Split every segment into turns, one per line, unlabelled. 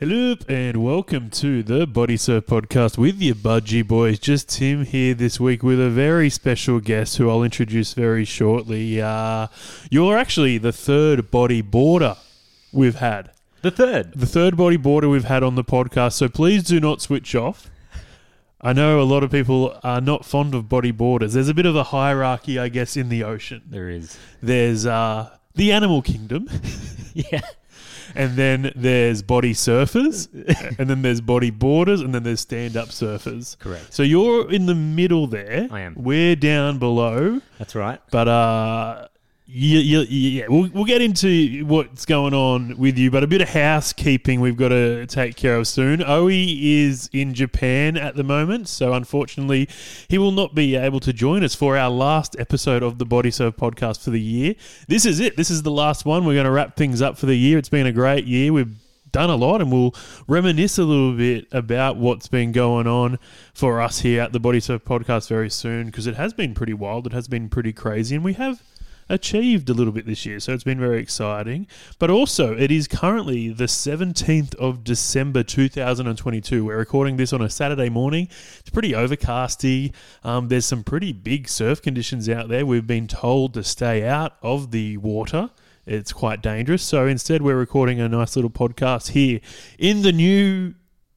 Hello and welcome to the Body Surf Podcast with your budgie boys. Just Tim here this week with a very special guest who I'll introduce very shortly. Uh, you're actually the third bodyboarder we've had.
The third.
The third bodyboarder we've had on the podcast, so please do not switch off. I know a lot of people are not fond of bodyboarders. There's a bit of a hierarchy, I guess, in the ocean.
There is.
There's uh, the animal kingdom.
Yeah.
And then there's body surfers, and then there's bodyboarders, and then there's stand up surfers.
Correct.
So you're in the middle there.
I am.
We're down below,
That's right.
but uh, yeah, yeah, yeah. We'll, we'll get into what's going on with you, but a bit of housekeeping we've got to take care of soon. Oe is in Japan at the moment, so unfortunately, he will not be able to join us for our last episode of the Body Surf podcast for the year. This is it. This is the last one. We're going to wrap things up for the year. It's been a great year. We've done a lot and we'll reminisce a little bit about what's been going on for us here at the Body Surf podcast very soon because it has been pretty wild, it has been pretty crazy, and we have achieved a little bit this year, so it's been very exciting. But also, it is currently the 17th of December 2022. We're recording this on a Saturday morning. It's pretty overcasty. Um, there's some pretty big surf conditions out there. We've been told to stay out of the water it's quite dangerous. So instead, we're recording a nice little podcast here in the new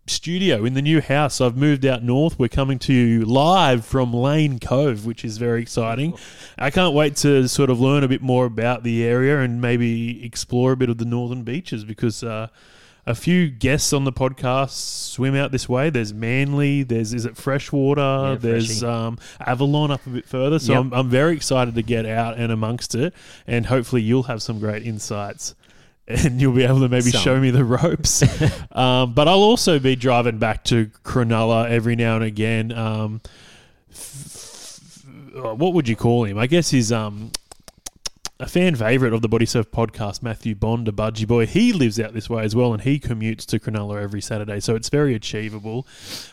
studio, in the new house. I've moved out north. We're coming to you live from Lane Cove, which is very exciting. I can't wait to sort of learn a bit more about the area and maybe explore a bit of the northern beaches because. Uh, a few guests on the podcast swim out this way. There's Manly. There's is it Freshwater? there's
Freshie.
um, Avalon up a bit further. So
Yep.
I'm, I'm very excited to get out and amongst it, and hopefully you'll have some great insights. And you'll be able to maybe
Some.
show me the ropes. um, but I'll also be driving back to Cronulla every now and again. Um, uh, what would you call him? I guess he's um, a fan favorite of the Body Surf podcast, Matthew Bond, a budgie boy. He lives out this way as well, and he commutes to Cronulla every Saturday, so it's very achievable.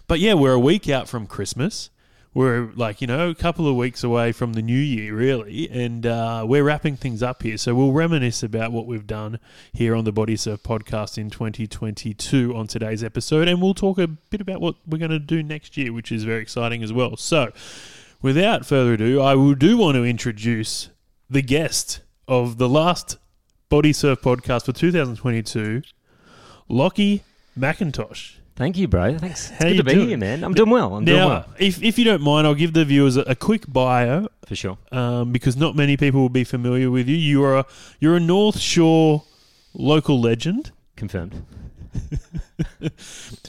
But yeah, we're a week out from Christmas. We're like you know a couple of weeks away from the new year, really, and uh, we're wrapping things up here. So we'll reminisce about what we've done here on the Body Surf podcast in 2022 on today's episode, and we'll talk a bit about what we're going to do next year, which is very exciting as well. So. Without further ado, I will do want to introduce the guest of the last Body Surf podcast for 2022, Lockie McIntosh.
Thank you, bro. Thanks. It's
How
good
you
to be
doing?
here, man. I'm doing well. I'm doing
Now,
well.
if, if you don't mind, I'll give the viewers a, a quick bio
For sure.
um, because not many people will be familiar with you. You are a, you're a North Shore local legend.
Confirmed.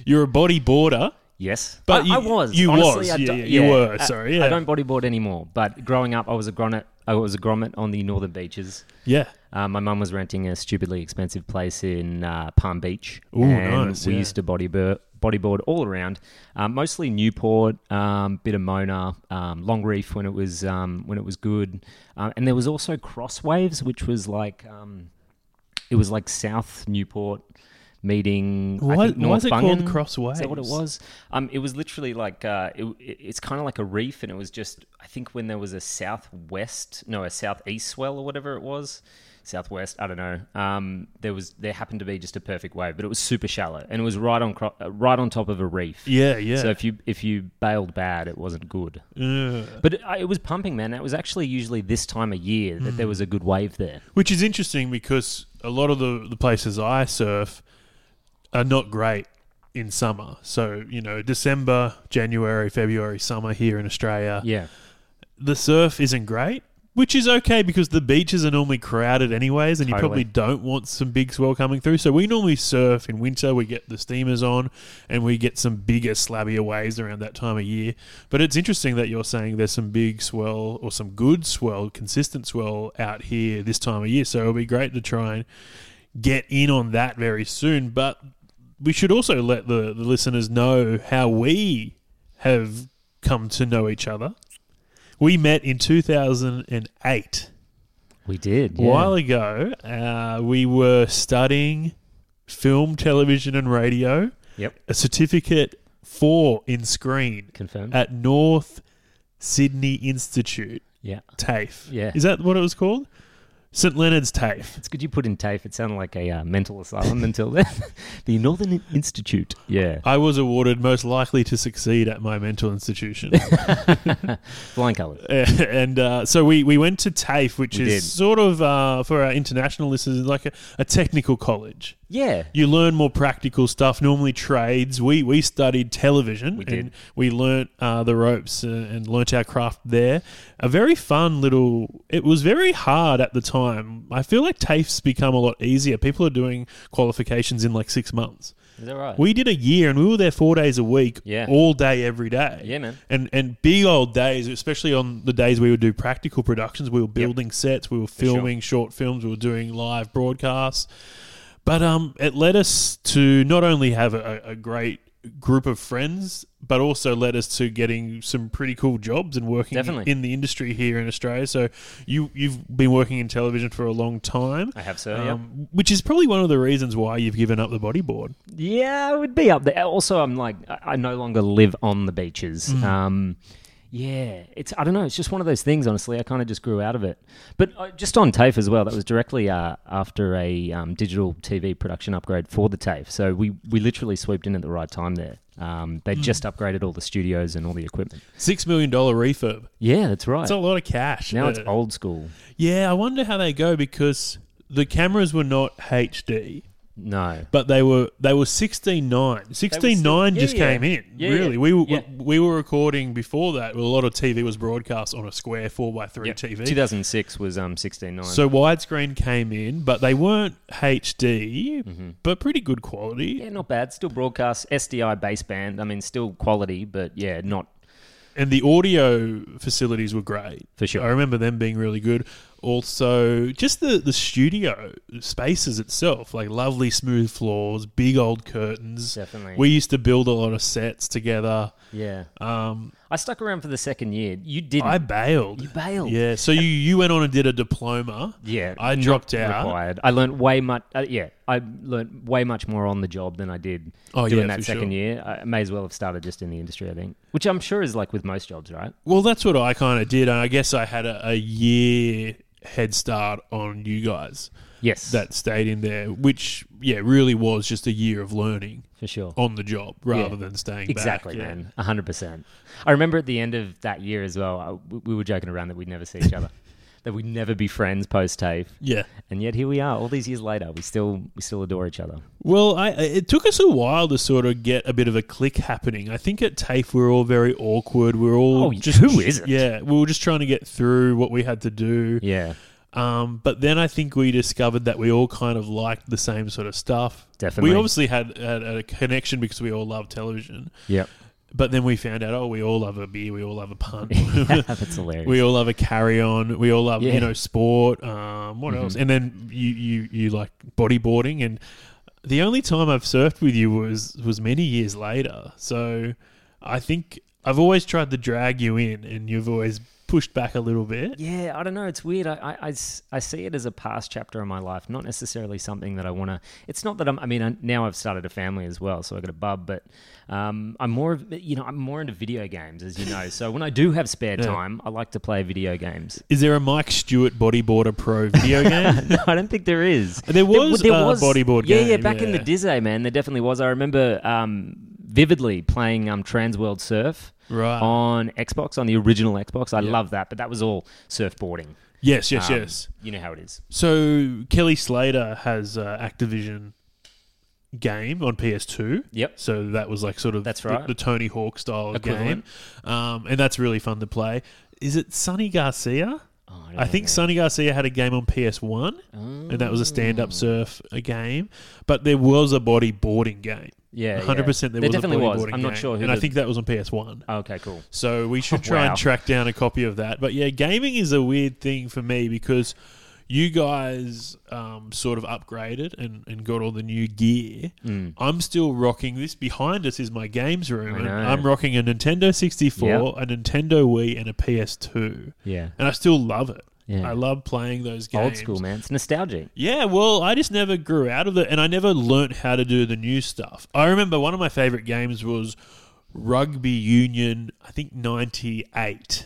You're a bodyboarder.
Yes.
But
I,
you-
I was.
you
Honestly,
was.
I
Yeah,
don't-
yeah, you were. Sorry,
I,
yeah.
I don't bodyboard anymore. But growing up, I was a grommet. I was a grommet on the northern beaches.
Yeah.
Uh, my mum was renting a stupidly expensive place in uh, Palm Beach,
Ooh,
and
nice,
we
yeah.
used to bodyboard, bodyboard all around, um, mostly Newport, um, bit of Mona, um, Long Reef when it was um, when it was good, uh, and there was also Crosswaves, which was like um, it was like South Newport meeting. I
Why-
think
why is
North
it called
Bungan. Is that what it
Crosswaves?
was? Um, it was literally like uh, it, it- it's kind of like a reef, and it was just I think when there was a southwest, no, a southeast swell or whatever it was, southwest. I don't know. Um, there was there happened to be just a perfect wave, but it was super shallow, and it was right on cro- uh, right on top of a reef.
Yeah, yeah.
So if you if you bailed bad, it wasn't good.
Yeah.
But it, I- it was pumping, man. It was actually usually this time of year that
Hmm.
there was a good wave there.
Which is interesting because a lot of the, the places I surf are not great in summer. So, you know, December, January, February, summer here in Australia,
Yeah,
the surf isn't great. Which is okay because the beaches are normally crowded anyways, and you
Totally.
probably don't want some big swell coming through. So we normally surf in winter. We get the steamers on, and we get some bigger slabbier waves around that time of year. But it's interesting that you're saying there's some big swell or some good swell, consistent swell out here this time of year. So it'll be great to try and get in on that very soon. But we should also let the, the listeners know how we have come to know each other. We met in 2008.
we did.
A while ago, uh, we were studying film, television, and radio,
Yep.
a certificate four in screen
Confirmed.
at North Sydney Institute,
yeah.
TAFE.
Yeah.
Is that what it was called? St Leonard's TAFE.
It's good you put in TAFE. It sounded like a uh, mental asylum until then. the Northern Institute. Yeah.
I was awarded most likely to succeed at my mental institution.
Flying colours.
and uh, so we, we went to TAFE, which
We
is
did.
sort of, uh, for our international listeners, like a, a technical college.
Yeah.
You learn more practical stuff, normally trades. We, we studied television
We
and
did.
we learnt uh, the ropes and, and learnt our craft there. A very fun little, it was very hard at the time. I feel like TAFE's become a lot easier. People are doing qualifications in like six months.
Is that right?
We did a year and we were there four days a week,
Yeah.
all day, every day.
Yeah, man.
And and big old days, especially on the days we would do practical productions. We were building sets, we were
sure.
filming short films, we were doing live broadcasts. But um, it led us to not only have a, a great group of friends, but also led us to getting some pretty cool jobs and working
Definitely.
in the industry here in Australia. So you you've been working in television for a long time.
I have so, yeah.
Um, which is probably one of the reasons why you've given up the bodyboard.
Yeah, I would be up there. Also, I'm like, I I no longer live on the beaches. Um, yeah, it's I don't know. It's just one of those things. Honestly, I kind of just grew out of it. But uh, just on TAFE as well. That was directly uh, after a um, digital TV production upgrade for the TAFE. So we we literally swooped in at the right time there. Um, they just upgraded all the studios and all the equipment.
Six million dollar refurb.
Yeah, that's right.
That's a lot of cash.
now it's
Uh,
old school.
yeah. I wonder how they go because the cameras were not HD,
No,
but they were they were sixteen nine. Sixteen nine
yeah,
just
yeah.
came in.
Yeah,
really,
yeah.
we were
Yeah.
we were recording before that. Well, a lot of TV was broadcast on a square four by three
Yep.
TV.
2006 was um 16.9.
so widescreen came in, but they weren't HD,
Mm-hmm.
but pretty good quality.
yeah, not bad. Still broadcast SDI baseband. I mean, still quality, but yeah, not
and the audio facilities were great
For sure.
I remember them being really good. Also, just the the studio spaces itself, like lovely smooth floors, big old curtains.
Definitely.
we used to build a lot of sets together.
Yeah.
Um,
I stuck around for the second year. You didn't.
I bailed.
You bailed.
Yeah, so you you went on and did a diploma.
yeah.
I
not
dropped out.
Required. I learned way much. Uh, yeah. I learned way much more on the job than I did
Oh,
doing
yeah, for
that second
sure.
year. I may as well have started just in the industry, I think. Which I'm sure is like with most jobs, right?
Well, that's what I kind of did, and I guess I had a, a year head start on you guys
Yes.
that stayed in there, which yeah, really was just a year of learning.
for sure.
on the job rather
Yeah.
than staying
Exactly,
back. Yeah.
man. A hundred percent. I remember at the end of that year as well. I, we, we were joking around that we'd never see each other, that we'd never be friends post TAFE,
Yeah.
and yet here we are, all these years later. We still we still adore each other.
Well, I, it took us a while to sort of get a bit of a click happening. I think at TAFE we were all very awkward. We were all
Oh,
just
who isn't?
Yeah, we were just trying to get through what we had to do.
Yeah,
Um, but then I think we discovered that we all kind of liked the same sort of stuff.
Definitely.
we obviously had, had a connection because we all love television.
yeah.
But then we found out, oh, we all love a beer, we all love a pun.
That's hilarious.
We all love a carry on. We all love
Yeah. Mm-hmm.
you know sport. Um, what else? And then you you you like bodyboarding. And the only time I've surfed with you was was many years later. So I think I've always tried to drag you in, and you've always pushed back a little bit.
Yeah, I don't know. It's weird. I, I- I s- I see it as a past chapter in my life, not necessarily something that I want to. It's not that I'm. I mean, I, now I've started a family as well, so I got a bub. But um, I'm more of you know I'm more into video games, as you know. So when I do have spare time, I like to play video games.
Is there a Mike Stewart bodyboarder pro video game?
no, I don't think there is.
There was a bodyboard
yeah, Yeah,
game,
back in the
yeah.
Dizzy, man, there definitely was. I remember um, vividly playing um, Trans World Surf
Right.
on Xbox, on the original Xbox. I love that, but that was all surfboarding.
yes, yes,
Um,
yes.
You know how it is.
So Kelly Slater has uh, Activision game on PS2.
Yep.
So that was like sort of
That's
the-
right.
the, Tony Hawk style
Equivalent.
game, um, and that's really fun to play. Is it Sonny Garcia?
Oh, don't
I think
know.
Sonny Garcia had a game on PS1, and that was a
Oh.
stand-up surf a game. But there was a bodyboarding game.
Yeah, yeah.
100% there,
There
was
definitely
a bodyboarding
was. I'm not
game,
sure who
and I
the- Oh,
think that was on PS1.
Okay, cool.
So we should try
Wow.
and track down a copy of that. But yeah, gaming is a weird thing for me because you guys um, sort of upgraded and, and got all the new gear. I'm still rocking this. Behind us is my games room.
Mm. I
And
know.
I'm rocking a Nintendo 64,
Yep.
a Nintendo Wii, and a PS2.
Yeah.
And I still love it.
Yeah.
I love playing those games.
Old school, man. It's nostalgic.
Yeah, well, I just never grew out of it, and I never learnt how to do the new stuff. I remember one of my favorite games was Rugby Union, I think '98,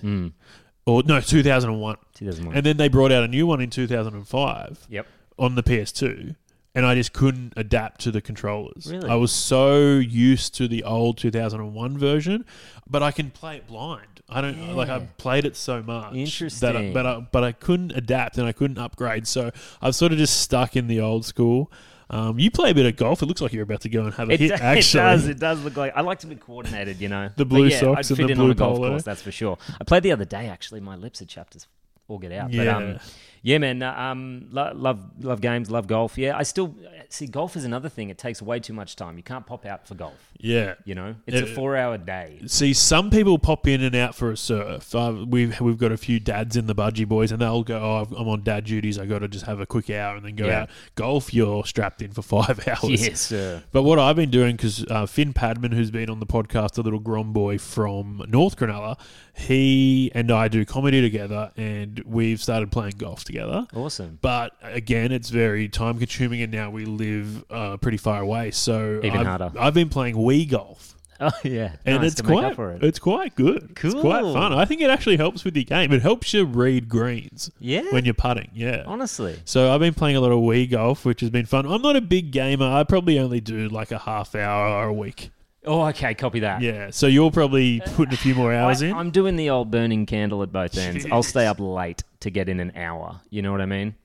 or no, 2001.
2001.
And then they brought out a new one in 2005
yep.
on the PS2, and I just couldn't adapt to the controllers.
Really?
I was so used to the old 2001 version, but I can play it blind. I don't like I played it so much that I,
Interesting.
but I, but I couldn't adapt and I couldn't upgrade, so I've sort of just stuck in the old school. Um, you play a bit of golf. It looks like you're about to go and have a
It,
hit.
do-
actually,
it does. It does look like I like to be coordinated, you know.
The
But
blue
yeah,
socks
I'd
and
fit
the
in
blue
on a golf
polo.
course, that's for sure. I played the other day. Actually, my lips had chapped as all get out. But,
Yeah.
um, yeah, man. uh, Um, lo- love love games. Love golf. Yeah, I still see golf is another thing. It takes way too much time. You can't pop out for golf.
yeah.
You know, it's
Yeah.
a four hour day.
See, some people pop in and out for a surf. Uh, we've we've got a few dads in the Budgie Boys, and they'll go, "Oh, I've- I'm on dad duties. I got to just have a quick hour and then go
Yeah.
out." Golf, you're strapped in for five hours.
Yes, sir.
But what I've been doing, because uh, Finn Padman, who's been on the podcast, a little grom boy from North Cronulla, he and I do comedy together, and we've started playing golf together.
Awesome.
But again, it's very time consuming, and now we live uh, pretty far away. So
Even
I've,
harder.
I've been playing Wii golf
Oh yeah,
and
Nice
it's
to make
quite
up for it.
it's quite good. It's quite
Cool.
fun. I think it actually helps with your game. It helps you read greens
yeah.
when you're putting. Yeah.
Honestly,
So I've been playing a lot of Wii golf, which has been fun. I'm not a big gamer. I probably only do like a half hour a week.
oh okay, copy that.
Yeah. So you're probably
Uh,
putting a few more hours in.
I, am doing the old burning candle at both ends. I'll stay up late to get in an hour. You know what I mean?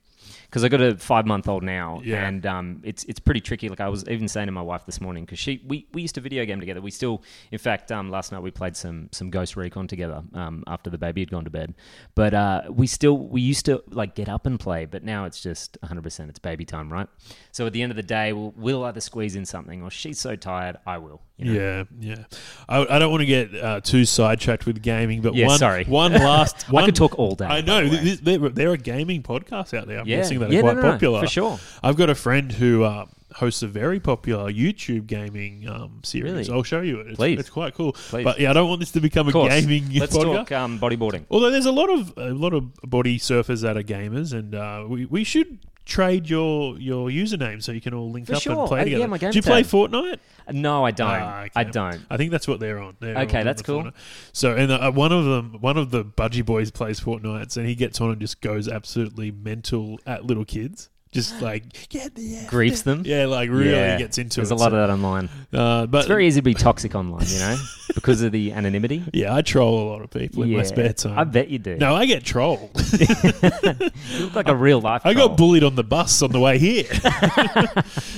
Because I got a five month old now,
Yeah.
and um, it's it's pretty tricky. Like I was even saying to my wife this morning because she we, we used to video game together. We still, in fact, um, last night we played some some Ghost Recon together um, after the baby had gone to bed. But uh, we still we used to like get up and play, but now it's just 100. percent It's baby time, right? So at the end of the day, we'll, we'll either squeeze in something or she's so tired, I will. You know?
Yeah, yeah. I, I don't want to get uh, too sidetracked with gaming, but
Yeah,
one,
sorry.
one last. One,
I could talk all day.
I know this, there, there are gaming podcasts out there. I'm
Yeah.
guessing that
Yeah,
are
no,
quite
no, no,
popular
for sure.
I've got a friend who uh, hosts a very popular YouTube gaming um, series.
Really?
I'll show you it. It's,
Please.
it's quite cool.
Please.
But yeah, I don't want this to become a
Of course.
gaming
Let's
podcast.
talk um, bodyboarding.
Although there's a lot of a lot of body surfers that are gamers, and uh, we we should trade your your username so you can all link
For
up
sure.
and play
Uh, yeah,
together.
my
Do you
game
play
tab.
Fortnite?
No, I don't.
Ah, okay.
I don't.
I think that's what they're on. They're
Okay,
on
that's
the
cool.
Fortnite. So, and uh, one of them, one of the budgie boys plays Fortnite, and he gets on and just goes absolutely mental at little kids, just like get the F
Griefs
down."
them?
Yeah, like really
Yeah.
gets into
There's
it.
a lot of that online.
So, uh, but
It's very easy to be toxic online, you know, because of the anonymity.
yeah, I troll a lot of people in my spare time.
I bet you do.
no, I get trolled.
You look like a real life.
I got
troll.
bullied on the bus on the way here.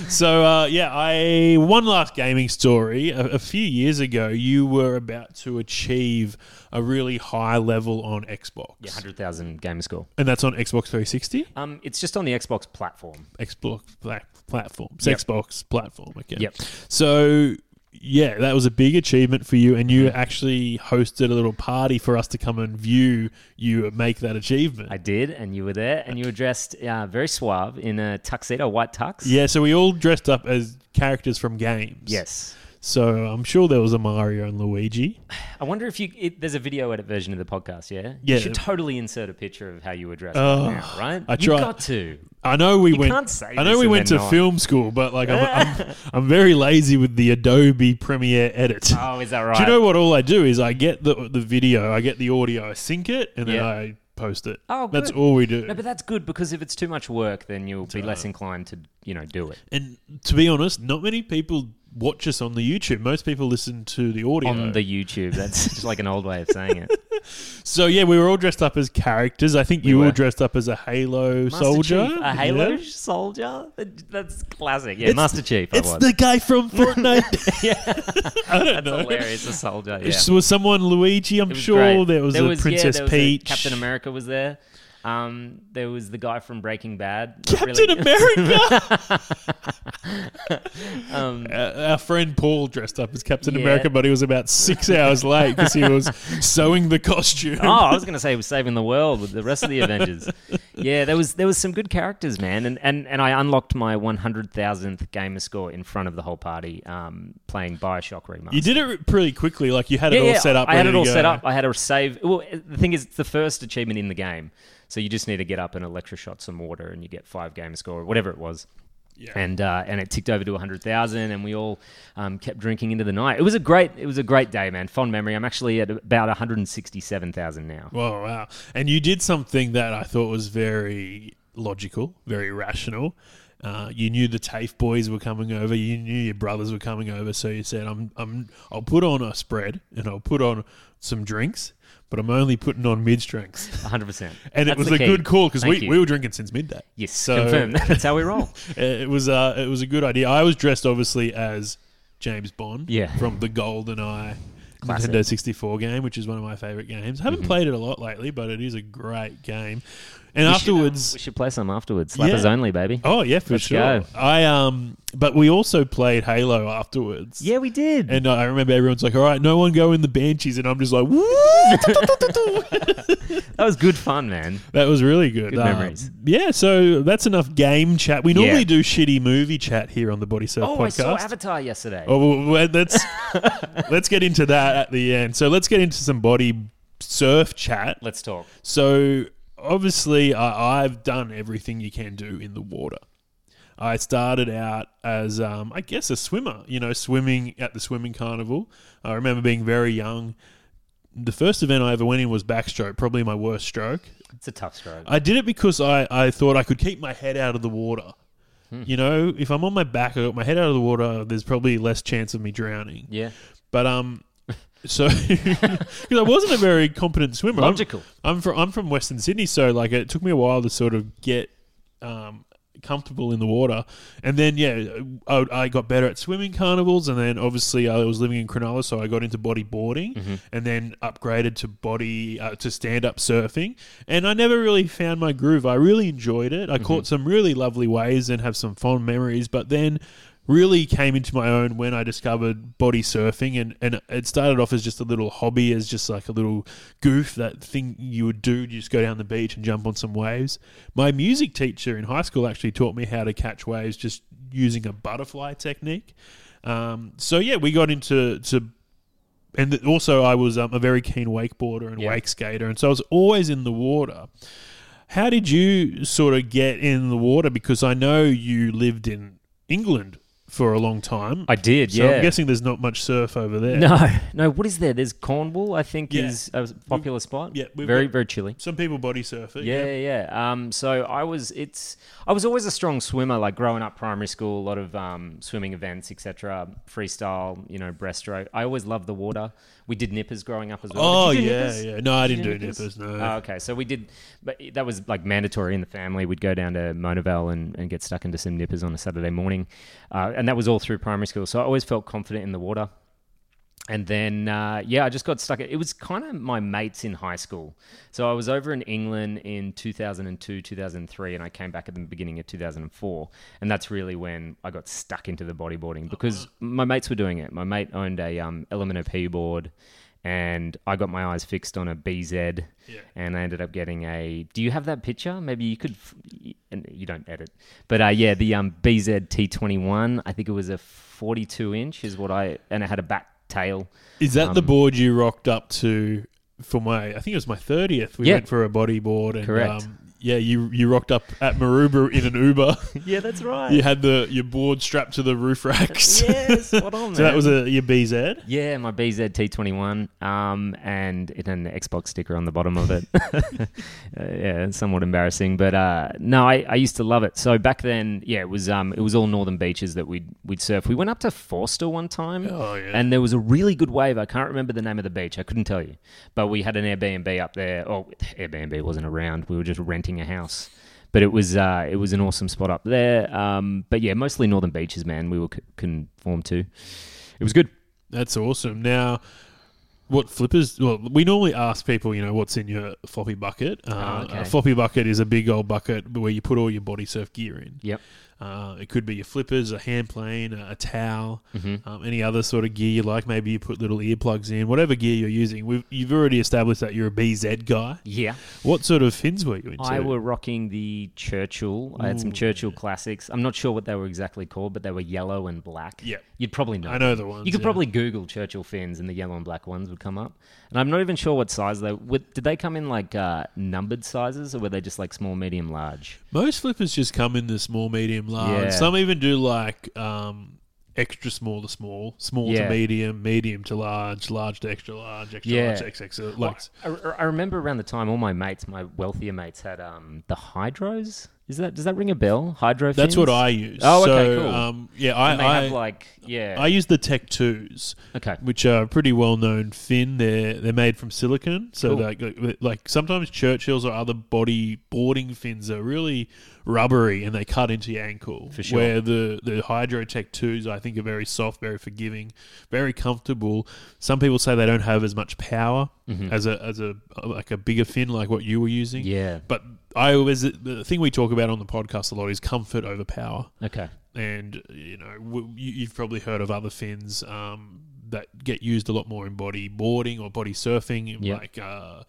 so uh, yeah, I one last gaming story. A, a few years ago, you were about to achieve a really high level on Xbox,
yeah, hundred thousand gamer score.
and that's on Xbox 360,
Um, it's just on the Xbox platform.
Xbox pla- platform, It's
Yep.
Xbox platform. Okay.
Yep.
So. Yeah, that was a big achievement for you, and you
Mm-hmm.
actually hosted a little party for us to come and view you make that achievement.
I did, and you were there, and you were dressed uh, very suave in a tuxedo, white tux.
yeah, so we all dressed up as characters from games.
Yes.
So I'm sure there was a Mario and Luigi.
I wonder if you. It, there's a video edit version of the podcast. Yeah.
Yeah.
You should totally insert a picture of how you were dressed
Oh,
right now, right?
I
You
try-
got to.
I know we went.
can't say
I know
this
we
and
went to
then not.
film school, but like I'm, I'm, I'm very lazy with the Adobe Premiere edit.
Oh, is that right?
Do you know what? All I do is I get the the video, I get the audio, I sync it, and then
Yeah.
I post it.
Oh,
that's
good.
all we do.
No, but that's good because if it's too much work, then you'll be less inclined to, you know, do it
and to be honest, not many people watch us on the YouTube. Most people listen to the audio
on the YouTube. That's just like an old way of saying it.
So yeah, we were all dressed up as characters. I think you were.
were.
dressed up as a Halo
Master
soldier.
Chief, a Halo
Yeah.
soldier. That- That's classic. Yeah,
It's-
Master Chief. I
It's
was.
the guy from Fortnite. I don't
that's
know.
hilarious. A soldier. Yeah.
It Was someone Luigi? I'm
It was
sure
great.
there was a
yeah,
Princess
there was a-
Peach.
Captain America was there. Um, there was the guy from Breaking Bad. Not
Captain
really.
America.
Um,
Uh, Our friend Paul dressed up as Captain
Yeah.
America, but he was about six hours late because he was sewing the costume.
oh, I was going to say he was saving the world with the rest of the Avengers. Yeah, there was there was some good characters, man, and and, and I unlocked my one hundred thousandth gamer score in front of the whole party, um, playing Bioshock Remastered.
You did it pretty quickly. Like you had it all set up.
I had
ready
it
to
all
go.
set up. I had a save. Well, the thing is, it's the first achievement in the game, so you just need to get up and electroshot some water, and you get five gamer score, or whatever it was.
Yeah.
and uh, and it ticked over to 100,000 and we all um, kept drinking into the night. It was a great it was a great day, man. Fond memory. I'm actually at about 167,000 now.
Whoa, wow. And you did something that I thought was very logical, very rational. Uh, you knew the TAFE boys were coming over. You knew your brothers were coming over, so you said, "I'm, I'm, I'll put on a spread and I'll put on some drinks, but I'm only putting on mid drinks."
100%.
And it
That's
was
the
a
key.
good call because
Thank
we,
you.
we were drinking since midday.
Yes,
So-
confirmed. That's how we roll.
Uh, It was uh, it was a good idea. I was dressed obviously as James Bond
Yeah.
from the Golden Eye
Classic. Mm-hmm.
Nintendo 64 game, which is one of my favorite games. haven't played it a lot lately, but it is a great game. And
We should, um,
afterwards,
we should play some afterwards.
Yeah.
Slappers only, baby.
oh yeah, for
Let's
sure.
go.
I um, but we also played Halo afterwards.
Yeah, we did.
And I remember everyone's like, "All right, no one go in the banshees," and I'm just like, "Woo!"
that was good fun, man.
That was really good. Um,
Good memories.
Yeah, so that's enough game chat. We normally
Yeah.
do shitty movie chat here on the Body Surf
Oh, I
podcast.
saw Avatar yesterday.
Oh, well, well, let's let's get into that at the end. So let's get into some body surf chat.
Let's talk.
So obviously, I, I've done everything you can do in the water. I started out as, um, I guess, a swimmer. You know, swimming at the swimming carnival. I remember being very young. The first event I ever went in was backstroke, probably my worst stroke.
It's a tough stroke.
I did it because I, I thought I could keep my head out of the water. You know, if I'm on my back, I got my head out of the water. There's probably less chance of me drowning.
yeah.
But um, so because I wasn't a very competent swimmer. I'm-
Logical.
I'm, from I'm from Western Sydney, so like it took me a while to sort of get um, comfortable in the water, and then yeah, I, I got better at swimming carnivals, and then obviously I was living in Cronulla, so I got into bodyboarding, and then upgraded to body uh, to stand up surfing, and I never really found my groove. I really enjoyed it. I caught some really lovely waves and have some fond memories, but then really came into my own when I discovered body surfing and, and it started off as just a little hobby as just like a little goof that thing you would do you just go down the beach and jump on some waves my music teacher in high school actually taught me how to catch waves just using a butterfly technique um, so yeah we got into to and th- also I was um, a very keen wakeboarder and
Yeah.
wake skater and so I was always in the water how did you sort of get in the water? Because I know you lived in England for a long time.
I did,
so
yeah.
I'm guessing there's not much surf over there.
no, no. What is there? There's Cornwall. I think
Yeah.
is a popular spot.
yeah, we've
very
got-
very chilly.
Some people body surf it.
Yeah, yeah, yeah. Um, so I was, it's, I was always a strong swimmer. Like growing up, primary school, a lot of um, swimming events, etc. Freestyle, you know, breaststroke. I always loved the water. We did nippers growing up as well.
Oh
Did you do
yeah,
nippers?
yeah. No, I didn't
you
do nippers. No.
Oh, okay, so we did, but that was like mandatory in the family. We'd go down to Monavale and, and get stuck into some nippers on a Saturday morning, uh, and that was all through primary school. So I always felt confident in the water. And then, uh, yeah, I just got stuck. It was kind of my mates in high school. So I was over in England in 2002, 2003, and I came back at the beginning of 2004. And that's really when I got stuck into the bodyboarding because my mates were doing it. My mate owned a um, Element P board, and I got my eyes fixed on a BZ.
Yeah.
And I ended up getting a. Do you have that picture? Maybe you could. f- y- And you don't edit, but uh, yeah, the um, BZ T21. I think it was a 42 inch is what I and it had a back tail.
Is that
Um,
the board you rocked up to for my? I think it was my thirtieth. We
Yeah.
went for a body board. And,
Correct.
Um, yeah, you you rocked up at Maruba in an Uber.
Yeah, that's right.
you had the your board strapped to the roof racks.
Yes, what on
so that was a your BZ.
yeah, my BZ T21, um, and it had an Xbox sticker on the bottom of it. uh, yeah, it's somewhat embarrassing, but uh, no, I, I used to love it. So back then, yeah, it was um, it was all northern beaches that we'd we'd surf. We went up to Forster one time,
Oh, yeah.
and there was a really good wave. I can't remember the name of the beach. I couldn't tell you, but we had an Airbnb up there. Oh, Airbnb wasn't around. We were just renting a house. But it was uh, it was an awesome spot up there. Um, but yeah, mostly northern beaches, man. We were c- conformed to. It was good.
That's awesome. Now, what flippers? Well, we normally ask people, you know, what's in your floppy bucket. Uh,
Oh, okay.
A floppy bucket is a big old bucket where you put all your body surf gear in.
Yep.
Uh, it could be your flippers, a hand plane, a, a towel,
Mm-hmm.
um, any other sort of gear you like. Maybe you put little earplugs in, whatever gear you're using. We've, you've already established that you're a BZ guy.
Yeah.
What sort of fins were you into?
I were rocking the Churchill. I had some Churchill classics. I'm not sure what they were exactly called, but they were yellow and black.
Yeah.
You'd probably know.
I know the ones.
You could
yeah.
probably Google Churchill fins, and the yellow and black ones would come up. And I'm not even sure what size they. Would, did they come in like uh, numbered sizes, or were they just like small, medium, large?
Most flippers just come in the small, medium, medium, large.
Yeah.
Some even do like um, extra small to small, small
Yeah.
to medium, medium to large, large to extra large, extra
Yeah.
large to XX. Like,
I, I- I remember around the time all my mates, my wealthier mates, had um, the hydros. Is that does that ring a bell? Hydro.
that's what
fins?
I use.
Oh,
so,
okay, cool.
Um, yeah,
And they
I, I,
have like yeah.
I use the Tech Twos.
okay.
which are a pretty well known fin. They're they're made from silicon, so
Cool.
like like sometimes Churchills or other body boarding fins are really rubbery and they cut into your ankle.
For sure.
Where the the Hydrotech twos I think are very soft, very forgiving, very comfortable. Some people say they don't have as much power as a as a like a bigger fin like what you were using.
Mm-hmm. Yeah.
But I always the thing we talk about on the podcast a lot is comfort over power
Okay.
and you know w- you- you've probably heard of other fins um, that get used a lot more in body boarding or body surfing.
Yeah.
Like uh,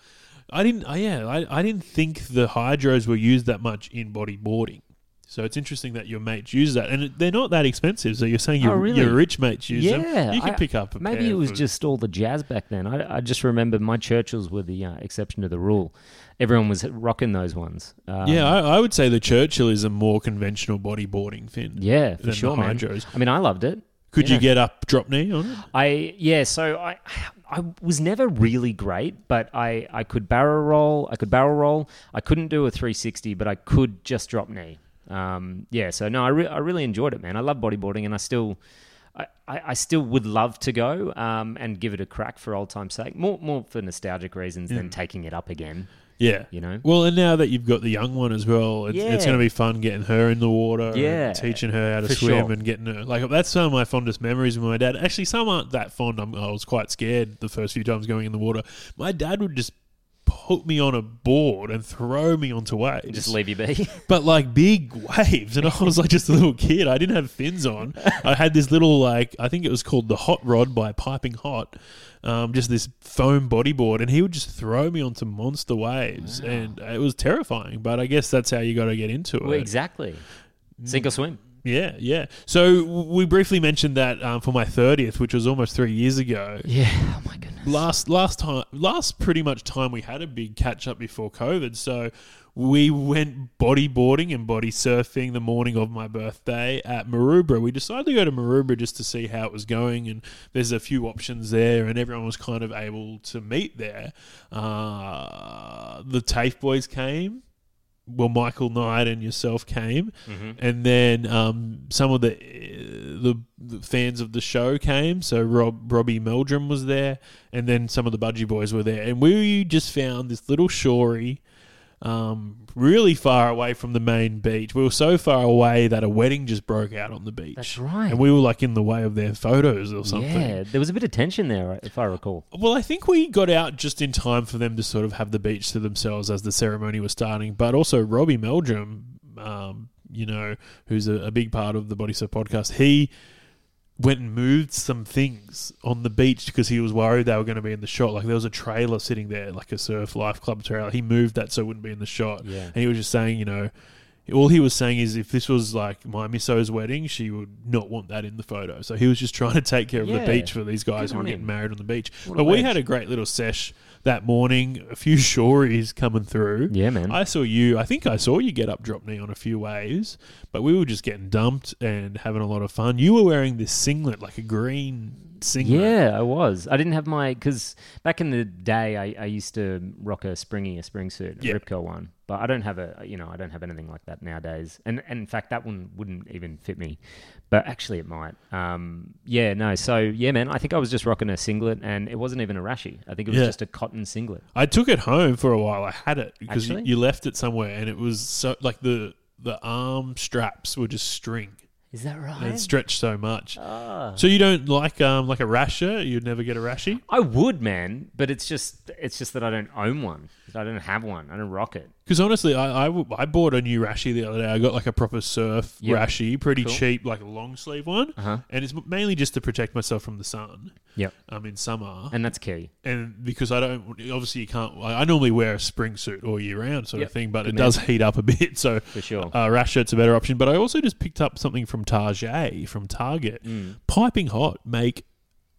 I didn't, uh, yeah, I, I didn't think the hydros were used that much in body boarding. So it's interesting that your mates use that, and it- they're not that expensive. So you're saying your,
Oh, really?
your rich mates use
Yeah,
them. You can
I-
pick up. A
Maybe
pair
it was
for-
just all the jazz back then. I, I just remember my Churchills were the uh, exception to the rule. Everyone was rocking those ones. Um,
yeah, I, I would say the Churchill is a more conventional bodyboarding fin.
yeah,
than
for sure,
the
man.
hydros.
I mean, I loved it.
Could
Yeah.
you get up drop knee on it?
I yeah, so I I was never really great, but I I could barrel roll, I could barrel roll. I couldn't do a 360, but I could just drop knee. Um, yeah, so no, I, re- I really enjoyed it, man. I love bodyboarding, and I still. I, I I still would love to go um, and give it a crack for old time's sake, more more for nostalgic reasons than taking it up again.
Yeah.
You know?
Well, and now that you've got the young one as well, it's, it's
Yeah.
going to be fun getting her in the water, and
Yeah.
teaching her how to
For
swim,
sure.
and getting her like that's some of my fondest memories with my dad. Actually, some aren't that fond. I'm, I was quite scared the first few times going in the water. My dad would just put me on a board and throw me onto waves,
Just leave you be.
but like big waves, and I was like just a little kid. I didn't have fins on. I had this little like I think it was called the Hot Rod by Piping Hot, um, just this foam bodyboard, and he would just throw me onto monster waves, and it was terrifying. But I guess that's how you got to get into it.
well, exactly. Sink or swim.
Yeah, yeah. So w- we briefly mentioned that um, for my thirtieth, which was almost three years ago.
Yeah. Oh my goodness.
Last last time, last pretty much time we had a big catch up before COVID. So we went bodyboarding and body surfing the morning of my birthday at Maroubra. We decided to go to Maroubra just to see how it was going, and there's a few options there, and everyone was kind of able to meet there. Uh, the TAFE boys came well, Michael Knight and yourself came, and then um, some of the, the the fans of the show came. So Rob Robbie Meldrum was there, and then some of the Budgie Boys were there, and we just found this little shory. Um, really far away from the main beach. We were so far away that a wedding just broke out on the beach.
That's right.
And we were like in the way of their photos or something.
Yeah, there was a bit of tension there, if I recall.
Well, I think we got out just in time for them to sort of have the beach to themselves as the ceremony was starting. But also Robbie Meldrum, um, you know, who's a, a big part of the Body Surf podcast, he went and moved some things on the beach because he was worried they were going to be in the shot. Like there was a trailer sitting there, like a Surf Life Club trailer. He moved that so it wouldn't be in the shot.
Yeah.
And he was just saying, you know, all he was saying is if this was like my misso's wedding, she would not want that in the photo. So he was just trying to take care of the
Yeah.
beach for these guys
Good
who
on
were
him.
getting married on the beach.
What a
But we
wedge.
had a great little sesh that morning. A few shories coming through.
Yeah, man.
I saw you. I think I saw you get up drop knee on a few waves, but we were just getting dumped and having a lot of fun. You were wearing this singlet, like a green singlet.
Yeah, I was. I didn't have my because back in the day, I, I used to rock a springy, a spring suit, a
Yeah.
Ripco one. But I don't have a, you know, I don't have anything like that nowadays. And, and in fact, that one wouldn't even fit me. But actually, it might. Um, yeah, no. So yeah, man. I think I was just rocking a singlet, and it wasn't even a rashi. I think it was
Yeah.
just a cotton singlet.
I took it home for a while. I had it because you,
Actually?
you left it somewhere, and it was so like the the arm straps were just string.
Is that right?
and stretch so much.
Oh. Ah.
So you don't like um like a rasher? You'd never get a rashy.
I would, man. But it's just, it's just that I don't own one. I don't have one. I don't rock it.
Because honestly, I, I w- I bought a new rashy the other day. I got like a proper surf
Yeah.
rashy, pretty
Cool.
cheap, like a long sleeve one,
Uh-huh.
and it's mainly just to protect myself from the sun.
Yep.
Um, in summer,
And that's key.
and because I don't obviously you can't. I I normally wear a spring suit all year round, sort
Yep.
of thing, but
Good
it
man.
does heat up a bit. So
For sure.
uh, rash shirt's a better option. But I also just picked up something from Target from Target.
Mm.
Piping hot make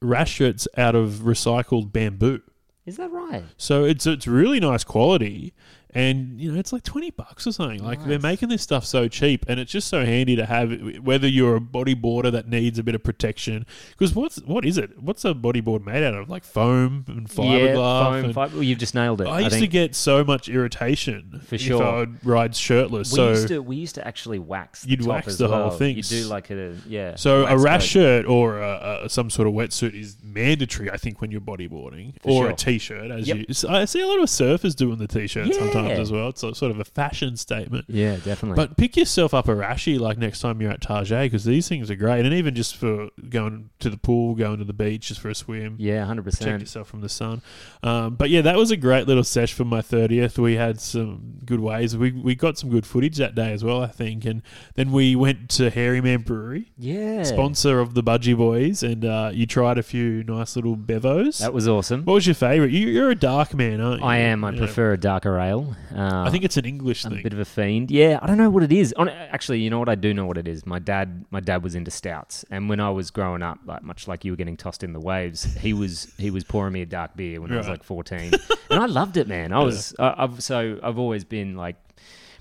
rash shirts out of recycled bamboo.
Is that right?
So it's it's really nice quality, and you know it's like 20 bucks or something like they're making this stuff so cheap and it's just so handy to have it, whether you're a bodyboarder that needs a bit of protection because what's what is it what's a bodyboard made out of like foam and
yeah,
fiberglass
foam
and-
fiber. Well, you've just nailed it.
I used to
think.
get so much irritation
For
if
sure.
I would ride shirtless.
we
so
used to we used to actually wax. The
You'd
top
wax
as
the whole
well.
thing.
You do like a yeah.
So a
wax
rash
coat.
shirt or a, a, some sort of wetsuit is mandatory, I think, when you're bodyboarding
For
or
sure.
a t-shirt. As
Yep.
you, so I see a lot of surfers doing the t-shirt sometimes
Yeah.
as well. It's a, sort of a fashion statement.
Yeah, definitely.
But pick yourself up a rashy like next time you're at Tarjay because these things are great, and even just for going to the pool, going to the beach, just for a swim.
yeah, hundred
Protect
percent.
yourself from the sun, um, but yeah, that was a great little sesh for my thirtieth. We had some good ways. We we got some good footage that day as well, I think. And then we went to Hairy Man Brewery,
Yeah,
sponsor of the Budgie Boys, and uh, you tried a few nice little bevos.
That was awesome.
what was your favourite? You, you're a dark man, aren't you?
I am. I
Yeah.
prefer a darker ale. Uh,
I think it's an English
I'm a
thing.
bit of a fiend. Yeah, I don't know what it is. On, actually, you know what? I do know what it is. My dad, my dad was into stouts, and when I was growing up, like much like you were getting tossed in the waves, he was he was pouring me a dark beer when I was
Right.
like 14, and I loved it, man. I was I, I've so I've always been like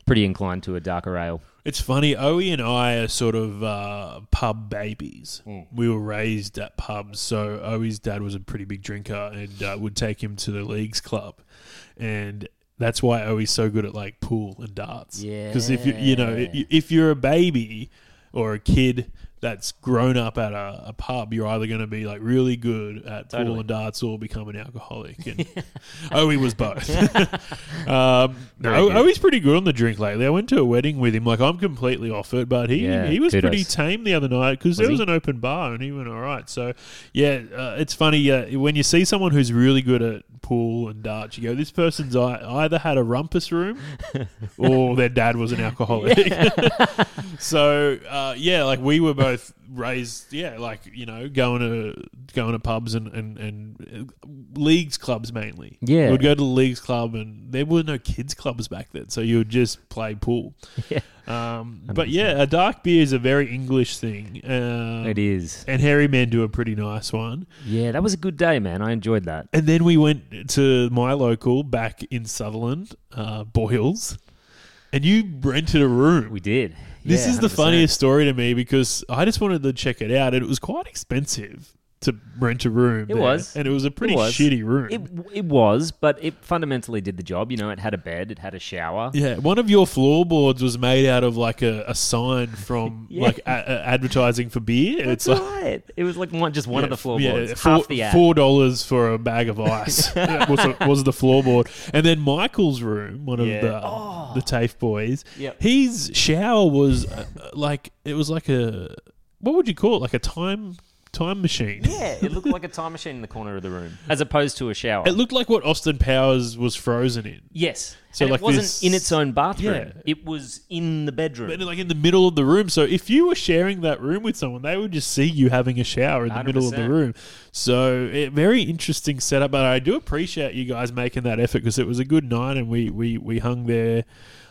pretty inclined to a darker ale.
It's funny. Owie and I are sort of uh, pub babies. We were raised at pubs, so Owie's dad was a pretty big drinker and uh, would take him to the leagues club, and that's why Owie's so good at like pool and darts. because if you you know
Yeah.
i- if you're a baby or a kid that's grown up at a, a pub, you're either going to be like really good at pool
Totally.
and darts or become an alcoholic. And Owie was both. Um, no,
Very good.
oh, he's pretty good on the drink lately. I went to a wedding with him. Like I'm completely off it, but he
Yeah,
he was
kudos.
pretty tame the other night because there
Was
was
he?
an open bar and he went all right. So yeah, uh, it's funny uh, when you see someone who's really good at pool and darts. You go, this person's ei- either had a rumpus room or their dad was an alcoholic. so uh, yeah, like we were both raised, yeah, like you know, going to going to pubs and and, and uh, leagues clubs mainly.
Yeah.
we'd go to the leagues club, and there were no kids clubs back then, so you would just play pool.
Yeah.
Um, but yeah, a dark beer is a very English thing. Um,
It is.
And Harry Man do a pretty nice one.
Yeah, that was a good day, man. I enjoyed that.
And then we went to my local back in Sutherland, uh, Boyles, and you rented a room.
We did.
This
Yeah,
is the
100%.
funniest story to me because I just wanted to check it out, and it was quite expensive to rent a room.
It
there.
was.
and it was a pretty
was.
shitty room.
It, it was, but it fundamentally did the job. You know, it had a bed, it had a shower.
yeah, one of your floorboards was made out of like a, a sign from
Yeah.
like a, a- advertising for beer.
That's
it's like
right. It was like one, just one of the floorboards,
four,
half the ad.
Four dollars for a bag of ice was, the- was the floorboard, and then Michael's room, one of
Yeah. Oh.
the the TAFE boys.
Yep.
His shower was uh, uh, like it was like a what would you call it? Like a time time machine.
Yeah, it looked like a time machine in the corner of the room, as opposed to a shower.
It looked like what Austin Powers was frozen in,
yes,
So
and
like
it wasn't
this-
in its own bathroom.
Yeah.
It was in the bedroom.
but like in the middle of the room. So if you were sharing that room with someone, they would just see you having a shower in the middle of the
100%.
room. So it, very interesting setup, but I do appreciate you guys making that effort because it was a good night, and we we we hung there.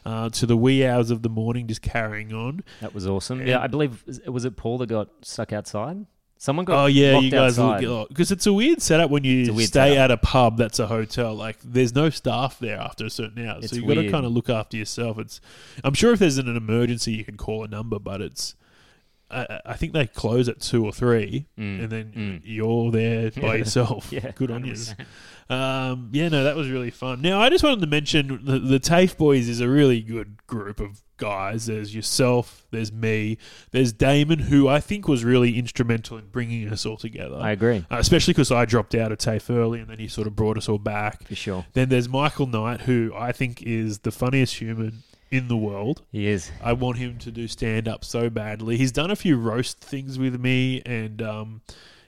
Uh, to the wee hours of the morning, just carrying on.
that was awesome. Yeah, I believe was it Paul that got stuck outside. Someone got
Oh yeah,
locked
you guys
outside.
look because it's a weird setup when you
weird
stay
setup.
at a pub that's a hotel. Like there's no staff there after a certain hour,
It's
so you got to
weird.
kind of look after yourself. It's I'm sure if there's an, an emergency, you can call a number, but it's I, I- I think they close at two or three, and then you're there by yourself.
Mm. Yeah,
good on you. Um, yeah, no, that was really fun. Now, I just wanted to mention the, the TAFE Boys is a really good group of guys. There's yourself, there's me, there's Damon, who I think was really instrumental in bringing us all together.
I agree
Uh, especially because I dropped out of TAFE early and then he sort of brought us all back.
for sure.
Then there's Michael Knight, who I think is the funniest human in the world.
He is.
I want him to do stand up so badly. He's done a few roast things with me, and um,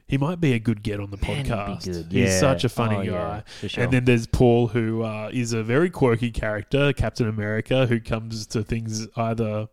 he might be a good get on the
Man, he'd be
podcast.
good.
He's
Yeah.
such a funny
Oh, yeah,
guy.
for sure.
And then there's Paul, who uh, is a very quirky character, Captain America, who comes to things either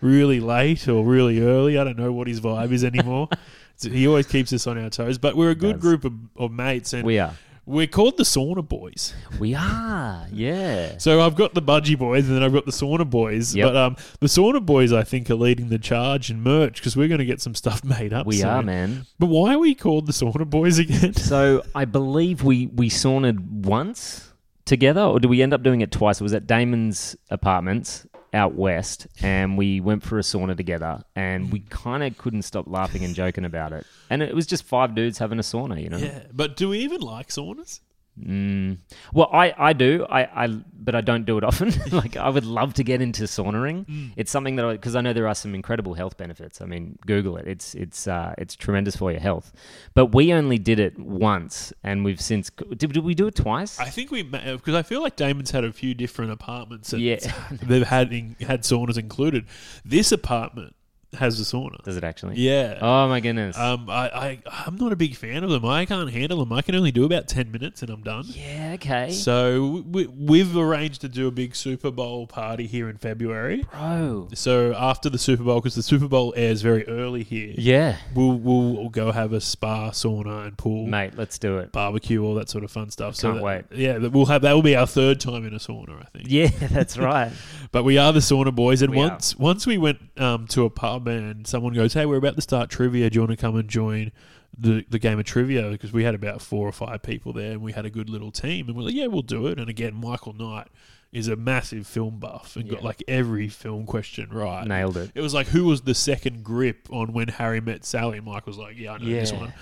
really late or really early. I don't know what his vibe is anymore. So he always keeps us on our toes, but we're a good
does.
group of, of mates, and
We are.
we're called the Sauna Boys.
We are. Yeah.
So I've got the Budgie Boys, and then I've got the Sauna Boys.
Yep.
But um, the Sauna Boys, I think, are leading the charge in merch because we're going to get some stuff made up.
We
soon.
are, man.
But why are we called the Sauna Boys again?
So I believe we we sauntered once together, or did we end up doing it twice? It was at Damon's apartments out west, and we went for a sauna together, and we kind of couldn't stop laughing and joking about it. And it was just five dudes having a sauna, you know.
Yeah, but do we even like saunas?
Mm. Well, I, I do, I, I but I don't do it often. like I would love to get into saunering. It's something that I because I know there are some incredible health benefits. I mean, Google it. It's it's uh, it's tremendous for your health. But we only did it once, and we've since did, did we do it twice?
I think we because I feel like Damon's had a few different apartments. And
Yeah.
they've had in, had saunas included. This apartment has a sauna.
Does it actually?
Yeah.
Oh my goodness.
Um, I, I I'm not a big fan of them. I can't handle them. I can only do about ten minutes and I'm done.
yeah. Okay.
So we, we've arranged to do a big Super Bowl party here in February.
Bro.
So after the Super Bowl, because the Super Bowl airs very early here,
Yeah.
we'll we'll go have a spa, sauna, and pool.
Mate, let's do it.
Barbecue, all that sort of fun stuff. so
can't
that- Yeah, that we'll have that will be our third time in a sauna, I think.
Yeah, that's right.
But we are the sauna boys, and
We are.
once once we went um, to a pub and someone goes, "Hey, we're about to start trivia. Do you want to come and join the the game of trivia?" Because we had about four or five people there, and we had a good little team, and we're like, "Yeah, we'll do it." And again, Michael Knight is a massive film buff and got like every film question right.
Nailed it.
It was like who was the second grip on when Harry met Sally? And Mike was like, "Yeah, I know this
Yeah.
one."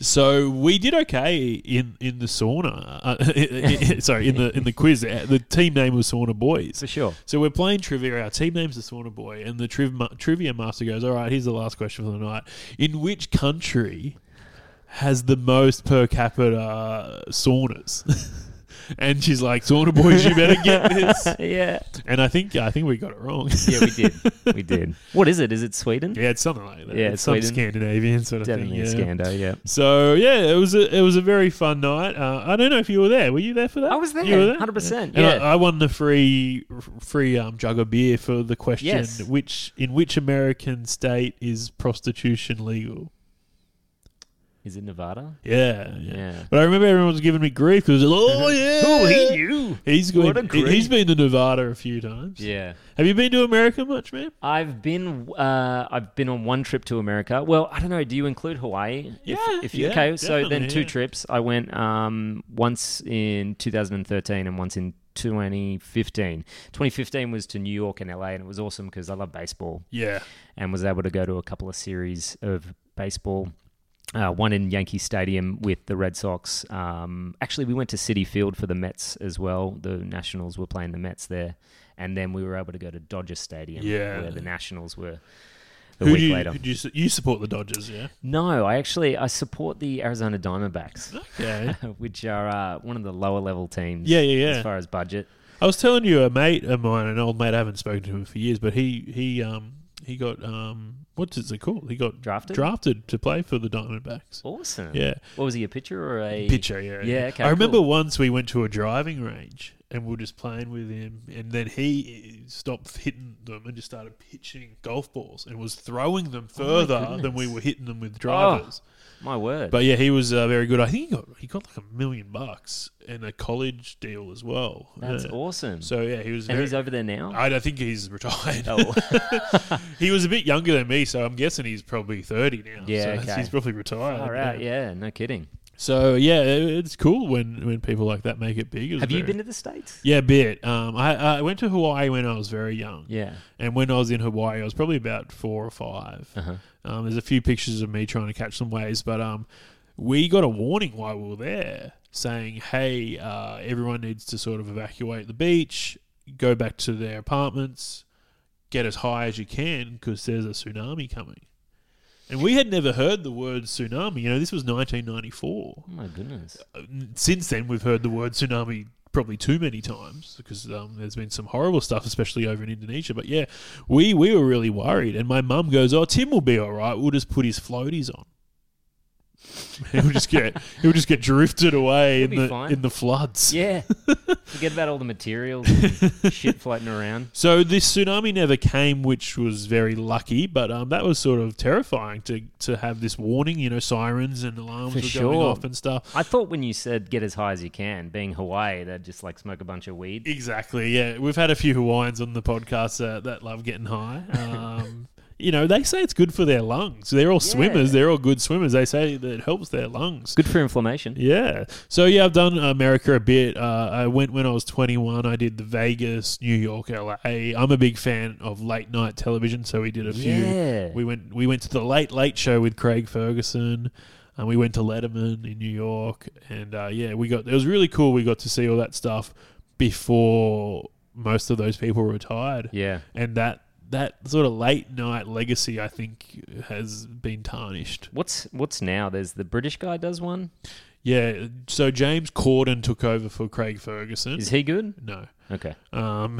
So we did okay in in the sauna. Uh, sorry, in the in the quiz. Uh, The team name was Sauna Boys.
For sure.
So we're playing trivia. Our team name's the Sauna Boy, and the triv- ma- trivia master goes, "All right, here's the last question for the night. In which country has the most per capita saunas?" and she's like, "Sauna Boys, you better get this."
Uh, yeah.
And I think I think we got it wrong.
Yeah, we did. We did. What is it? Is it Sweden?
Yeah, it's something like that.
Yeah,
it's some
Sweden.
Scandinavian sort of
Definitely a
thing. Yeah.
Scando, yeah.
So yeah, it was a it was a very fun night. Uh, I don't know if you were there. Were you there for that?
I was there,
You were there. Uh,
100%,
And I-
yeah.
I, won the free free um, jug of beer for the question
Yes.
which in which American state is prostitution legal?
Is it Nevada?
Yeah, yeah.
Yeah.
But I remember everyone was giving me grief because oh yeah,
you?
He's
What
good.
a grief.
He's been to Nevada a few times.
Yeah.
Have you been to America much, man?
I've been uh, I've been on one trip to America. Well, I don't know. Do you include Hawaii? If,
Yeah,
if you,
yeah,
okay, so then
definitely,
two
yeah.
trips. I went um, once in 2013 and once in 2015. 2015 was to New York and LA, and it was awesome because I love baseball
Yeah.
and was able to go to a couple of series of baseball. Uh, one in Yankee Stadium with the Red Sox. Um, actually, we went to City Field for the Mets as well. The Nationals were playing the Mets there, and then we were able to go to Dodger Stadium,
Yeah.
where the Nationals were. The
Who
week
do you,
later.
who do you, su- you support the Dodgers? Yeah.
No, I actually I support the Arizona Diamondbacks,
Yeah.
which are uh, one of the lower level teams.
Yeah, yeah, yeah.
As far as budget,
I was telling you a mate of mine, an old mate. I haven't spoken to him for years, but he he um he got um what's it called? He got
Drafted?
drafted to play for the Diamondbacks.
awesome.
Yeah,
What was he a pitcher or a
pitcher. Yeah,
Yeah, okay,
I remember
cool.
once we went to a driving range and we were just playing with him, and then he stopped hitting them and just started pitching golf balls and was throwing them further than we
Oh goodness. Oh.
were hitting them with drivers.
My word.
But yeah, he was uh, very good. I think he got he got like a million bucks and a college deal as well.
That's
Yeah.
awesome.
So yeah, he was.
and
very-
he's over there now.
I don't think he's retired.
oh,
he was a bit younger than me, so I'm guessing he's probably 30 now.
Yeah,
so
okay.
he's probably retired.
all right. Yeah, no kidding.
So yeah, it- it's cool when when people like that make it big. It was
Have you
very-
been to the states?
Yeah, a bit. Um, I, I went to Hawaii when I was very young,
Yeah.
and when I was in Hawaii, I was probably about four or 5
Uh-huh.
Um, there's a few pictures of me trying to catch some waves, but um, we got a warning while we were there saying, "Hey, uh, everyone needs to sort of evacuate the beach, go back to their apartments, get as high as you can because there's a tsunami coming." And we had never heard the word tsunami. You know, this was 1994.
Oh my goodness.
Since then, we've heard the word tsunami probably too many times because um, there's been some horrible stuff, especially over in Indonesia. But yeah, we we were really worried, and my mum goes, "Oh, Tim will be all right. We'll just put his floaties on. he'll just get he'll just get drifted away
He'll
in
be
the
fine."
in the floods."
Yeah. Forget about all the materials and shit floating around.
So this tsunami never came, which was very lucky, but um, that was sort of terrifying to to have this warning, you know, sirens and alarms
For
were
sure.
going off and stuff.
I thought when you said get as high as you can, being Hawaii, they'd just like smoke a bunch of weed.
Exactly. Yeah, we've had a few Hawaiians on the podcast uh, that love getting high. Um, you know, they say it's good for their lungs. They're all swimmers.
Yeah.
They're all good swimmers. They say that it helps their lungs.
Good for inflammation.
Yeah. So yeah, I've done America a bit. Uh, I went when I was 21. I did the Vegas, New York, LA. I'm a big fan of late night television, so we did a few.
Yeah.
We went we went to the Late Late Show with Craig Ferguson. And we went to Letterman in New York, and uh, yeah, we got it was really cool. We got to see all that stuff before most of those people retired,
Yeah.
and that that sort of late night legacy, I think, has been tarnished.
What's what's now? There's the British guy does one.
Yeah, so James Corden took over for Craig Ferguson.
Is he good?
no.
Okay.
Um,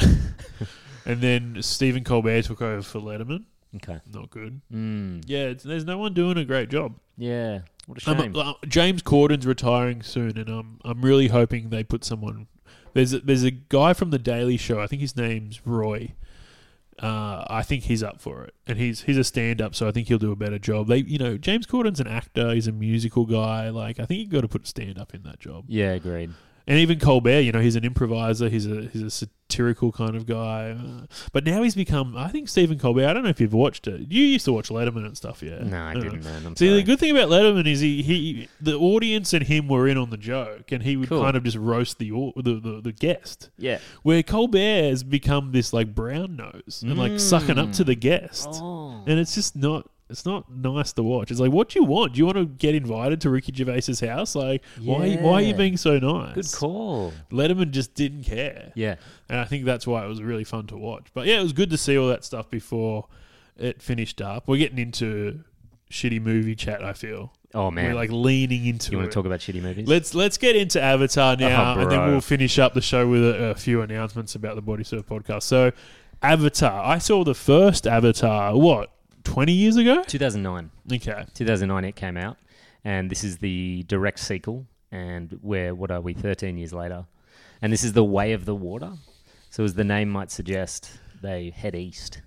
and then Stephen Colbert took over for Letterman.
Okay.
Not good.
Mm.
Yeah, it's, there's no one doing a great job.
Yeah. What a
Um,
shame.
uh, James Corden's retiring soon, and I'm I'm really hoping they put someone. There's a, there's a guy from the Daily Show. I think his name's Roy. Uh, I think he's up for it, and he's he's a stand up, so I think he'll do a better job. They, you know, James Corden's an actor. He's a musical guy. Like I think you've got to put stand up in that job.
yeah. Agreed.
And even Colbert, you know, he's an improviser. He's a he's a satirical kind of guy. Uh, but now he's become. I think Stephen Colbert. I don't know if you've watched it. You used to watch Letterman and stuff, yeah?
No, I
Uh,
didn't, man. I'm
See,
sorry.
the good thing about Letterman is he, he the audience and him were in on the joke, and he would
Cool.
kind of just roast the, au- the the the guest.
Yeah.
Where Colbert has become this like brown nose and like sucking up to the guest,
Mm. Oh.
and it's just not. It's not nice to watch. It's like, what do you want? Do you want to get invited to Ricky Gervais's house? Like, why? Why are you
Yeah.
being so nice?
Good call.
Letterman just didn't care.
Yeah.
And I think that's why it was really fun to watch. But yeah, it was good to see all that stuff before it finished up. We're getting into shitty movie chat, I feel.
Oh man.
We're like leaning into
you want
it.
to talk about shitty movies?
let's let's get into Avatar now
Oh,
and then
bro.
we'll finish up the show with a, a few announcements about the Body Surf podcast. So, Avatar. I saw the first Avatar what? 20 years ago?
2009.
Okay.
2009 it came out, and this is the direct sequel. And we're what are we? 13 years later, and this is the Way of the Water. So as the name might suggest, they head east.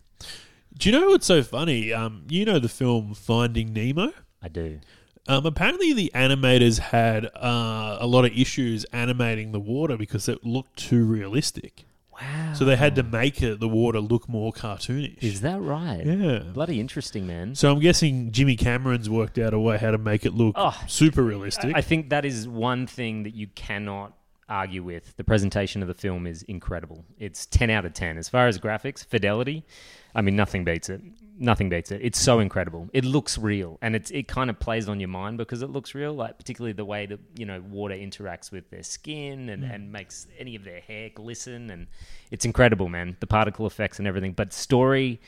Do you know what's so funny? Um, you know the film Finding Nemo?
I do.
Um, apparently, the animators had uh, a lot of issues animating the water because it looked too realistic.
Wow.
So they
Oh.
had to make it, the water look more cartoonish.
is that right?
yeah.
Bloody interesting, man.
So I'm guessing Jimmy Cameron's worked out a way how to make it look
Oh.
super realistic.
I think that is one thing that you cannot argue with. The presentation of the film is incredible. It's 10 out of 10. As far as graphics, fidelity, I mean, nothing beats it. Nothing beats it. It's so incredible. It looks real and it's, it kind of plays on your mind because it looks real, like particularly the way that, you know, water interacts with their skin and, and makes any of their hair glisten. And it's incredible, man. The particle effects and everything. But story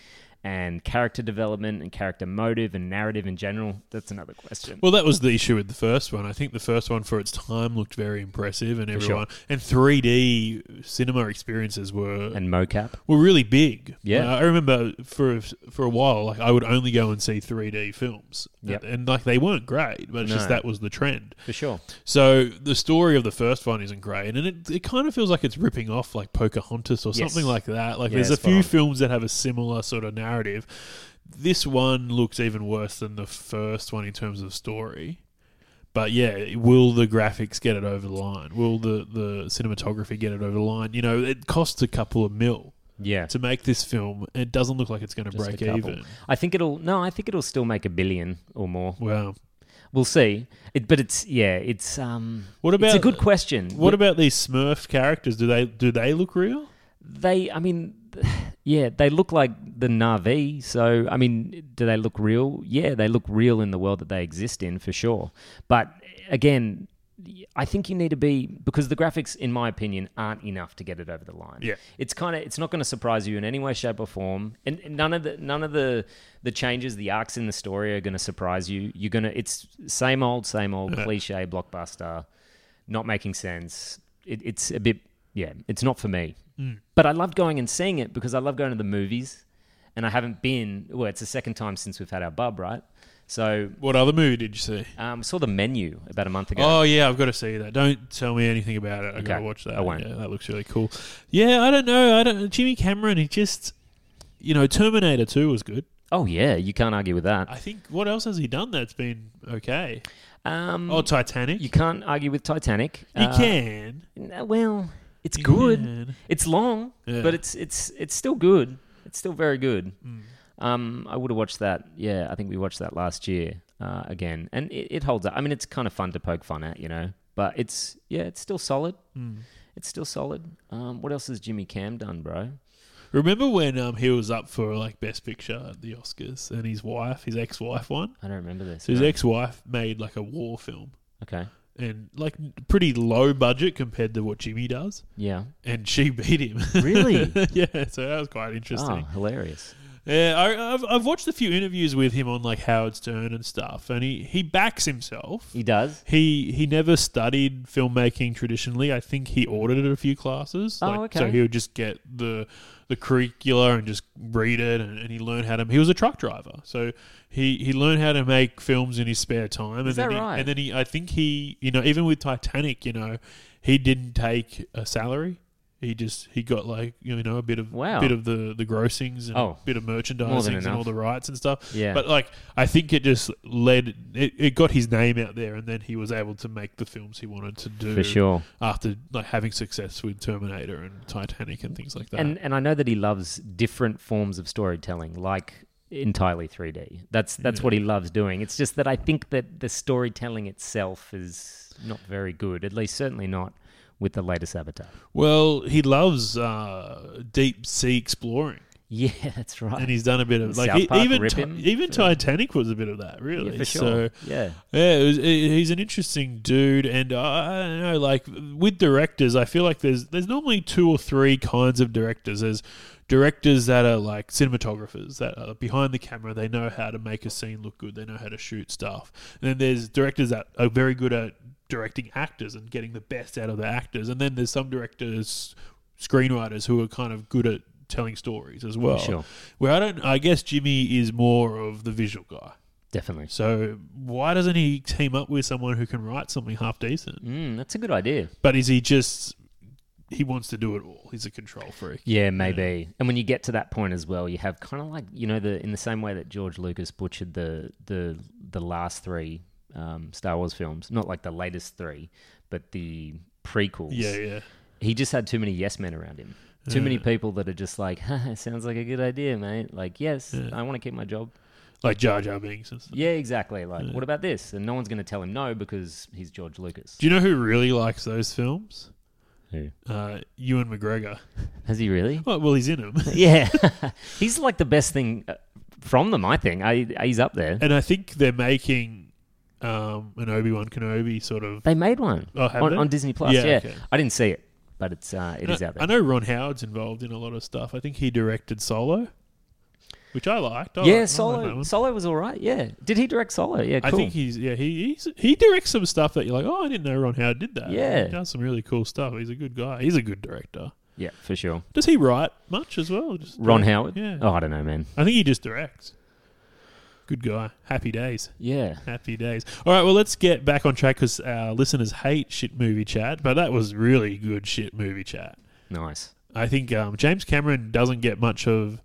and character development and character motive and narrative in general, that's another question.
well, that was the issue with the first one. I think the first one for its time looked very impressive, and
sure.
everyone and 3D cinema experiences were
and mocap.
were really big.
Yeah.
Like, I remember for for a while, like I would only go and see 3D films.
Yep.
and, like they weren't great, but it's just
No.
that was the trend.
For sure.
So the story of the first one isn't great, and it, it kind of feels like it's ripping off like Pocahontas or
Yes.
something like that. Like
Yeah,
there's a
spot
few
on.
films that have a similar sort of narrative. This one looks even worse than the first one in terms of story. But yeah, will the graphics get it over the line? Will the, the cinematography get it over the line? You know, it costs a couple of mil
Yeah.
to make this film. and It doesn't look like it's going to
Just a
break
couple.
even.
I think it'll no, I think it'll still make a billion or more.
Wow.
We'll see. It, but it's yeah, it's um
What
it's a
about-
good question.
What about these Smurf characters? Do they do they look real?
they I mean yeah, they look like the Na'vi, so I mean, do they look real? Yeah, they look real in the world that they exist in for sure. But again, I think you need to be because the graphics in my opinion aren't enough to get it over the line.
Yeah.
it's kind of it's not going to surprise you in any way shape or form and and none of the none of the the changes the arcs in the story are going to surprise you you're going to it's same old same old cliche blockbuster not making sense it, it's a bit yeah it's not for me
Hmm.
but i loved going and seeing it because i love going to the movies and i haven't been well it's the second time since we've had our bub right so
What other movie did you see?
um, saw the menu about a month ago
Oh yeah, I've got to see that. Don't tell me anything about it. I have
Okay,
got to watch that.
I won't.
Yeah, that looks really cool. Yeah, I don't know. I don't. Jimmy Cameron. He just, you know, Terminator Two was good.
oh yeah you can't argue with that
I think. What else has he done that's been okay?
um,
Oh, Titanic.
you
You,
can't argue with titanic Uh,
can.
No, well, it's
You
good.
can.
It's long,
Yeah.
but it's it's it's still good. It's still very good. Um, I would have watched that. Yeah, I think we watched that last year uh, again, and it, it holds up. I mean, it's kind of fun to poke fun at, you know, but it's yeah, it's still solid. It's still solid. Um, what else has Jimmy Cam done, bro?
Remember when um, he was up for like Best Picture at the Oscars and his wife, his ex-wife won?
I don't remember this.
So his
no.
ex-wife made like a war film
okay,
and like pretty low budget compared to what Jimmy does,
yeah,
and she beat him.
Really?
yeah. So that was quite interesting.
oh, hilarious.
Yeah, I, I've I've watched a few interviews with him on like Howard Stern and stuff, and he he backs himself.
He does.
He he never studied filmmaking traditionally. I think he audited a few classes.
Oh,
So
okay.
he would just get the the curricula and just read it, and, and he learned how to. He was a truck driver, so he he learned how to make films in his spare time. And
Is
then
that
he,
right?
And then he, I think he, you know, even with Titanic, you know, he didn't take a salary. He just he got like you know a bit of
Wow.
bit of the the grossings and a
Oh.
bit of merchandising and all
enough.
the rights and stuff.
Yeah.
But like I think it just led it, it got his name out there and then he was able to make the films he wanted to do
For sure.
after like having success with Terminator and Titanic and things like that.
And and I know that he loves different forms of storytelling, like entirely 3D. That's that's what he loves doing. It's just that I think that the storytelling itself is not very good, at least certainly not with the latest Avatar.
well, he loves uh, deep sea exploring.
Yeah, that's right.
And he's done a bit of
And
like
South
e-
Park
even
rip
Ti-
him
even
for-
Titanic was a bit of that really.
yeah, for sure.
So
yeah.
Yeah, it was, he- he's an interesting dude, and I I don't know, like with directors, I feel like there's there's normally two or three kinds of directors. There's directors that are like cinematographers that are behind the camera. They know how to make a scene look good. They know how to shoot stuff. And then there's directors that are very good at directing actors and getting the best out of the actors. And then there's some directors, screenwriters who are kind of good at telling stories as well.
Sure.
Where I don't, I guess Jimmy is more of the visual guy.
Definitely.
So why doesn't he team up with someone who can write something half decent?
Mm, that's a good idea.
But is he just he wants to do it all? He's a control freak.
Yeah, maybe. And when you get to that point as well, you have kind of like you know the in the same way that George Lucas butchered the the the last three um, Star Wars films, not like the latest three, but the prequels.
Yeah, yeah.
He just had too many yes men around him. Too many people that are just like, "Huh, sounds like a good idea, mate. Like, yes, I want to keep my job.
Like Jar Jar Binks and stuff.
Yeah, exactly. Like, what about this? And no one's going to tell him no because he's George Lucas.
Do you know who really likes those films?
Who?
Uh, Ewan McGregor.
Has he really?
Well, well he's in them.
yeah. he's like the best thing uh, from them, I think. I, he's up there.
and I think they're making um, an Obi Wan Kenobi sort of.
They made one
Oh, have
on,
they?
on Disney Plus.
Yeah,
Yeah,
okay.
I didn't see it, but it's uh, it is out
I
there.
know Ron Howard's involved in a lot of stuff. I think he directed Solo, which I liked. I like- I
yeah,
like that
Solo
one.
Solo was all right. Yeah, did he direct Solo? Yeah, cool.
I think he's yeah he he's, he directs some stuff that you're like oh I didn't know Ron Howard did that
Yeah.
he does some really cool stuff he's a good guy he's a good director
yeah, for sure.
does he write much as well Just
Ron
direct-
Howard.
yeah
Oh, I don't know, man.
I think he just directs good guy happy days
Yeah.
happy days all right well let's get back on track because our listeners hate shit movie chat but that was really good shit movie chat
Nice.
I think um, James Cameron doesn't get much of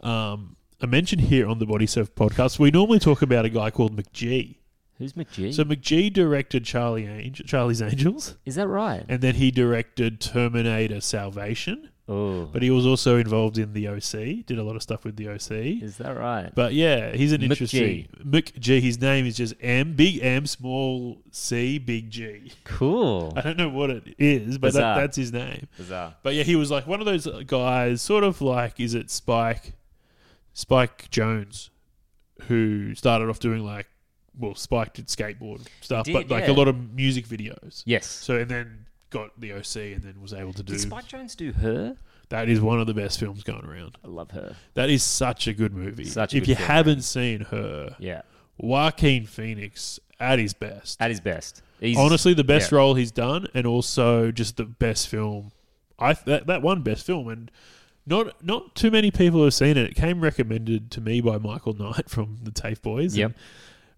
um, a mention here on the Body Surf podcast we normally talk about a guy called McGee.
Who's McGee?
So McGee directed Charlie Angel, Charlie's Angels,
is that right?
and then he directed Terminator Salvation.
Oh,
But he was also involved in the OC, did a lot of stuff with the OC.
is that right?
But yeah, he's an
McGee.
interesting McGee. His name is just M, big M, small C, big G.
cool.
I don't know what it is, but that,
Bizarre.
that's his name.
Bizarre.
But yeah, he was like one of those guys, sort of like is it Spike, Spike Jones, who started off doing like, well, Spike did skateboard stuff,
He
but
did,
like
yeah.
a lot of music videos.
Yes.
So and then got the OC and then was able to do.
Did Spike Jones do her?
that is one of the best films going around.
I love her.
That is such a good movie.
Such a
if
good
you
film,
haven't seen her,
Yeah,
Joaquin Phoenix at his best.
at his best. He's,
Honestly, the best
yeah.
role he's done, and also just the best film. I that, that one best film, and not not too many people have seen it. It came recommended to me by Michael Knight from the TAFE Boys. and
Yep.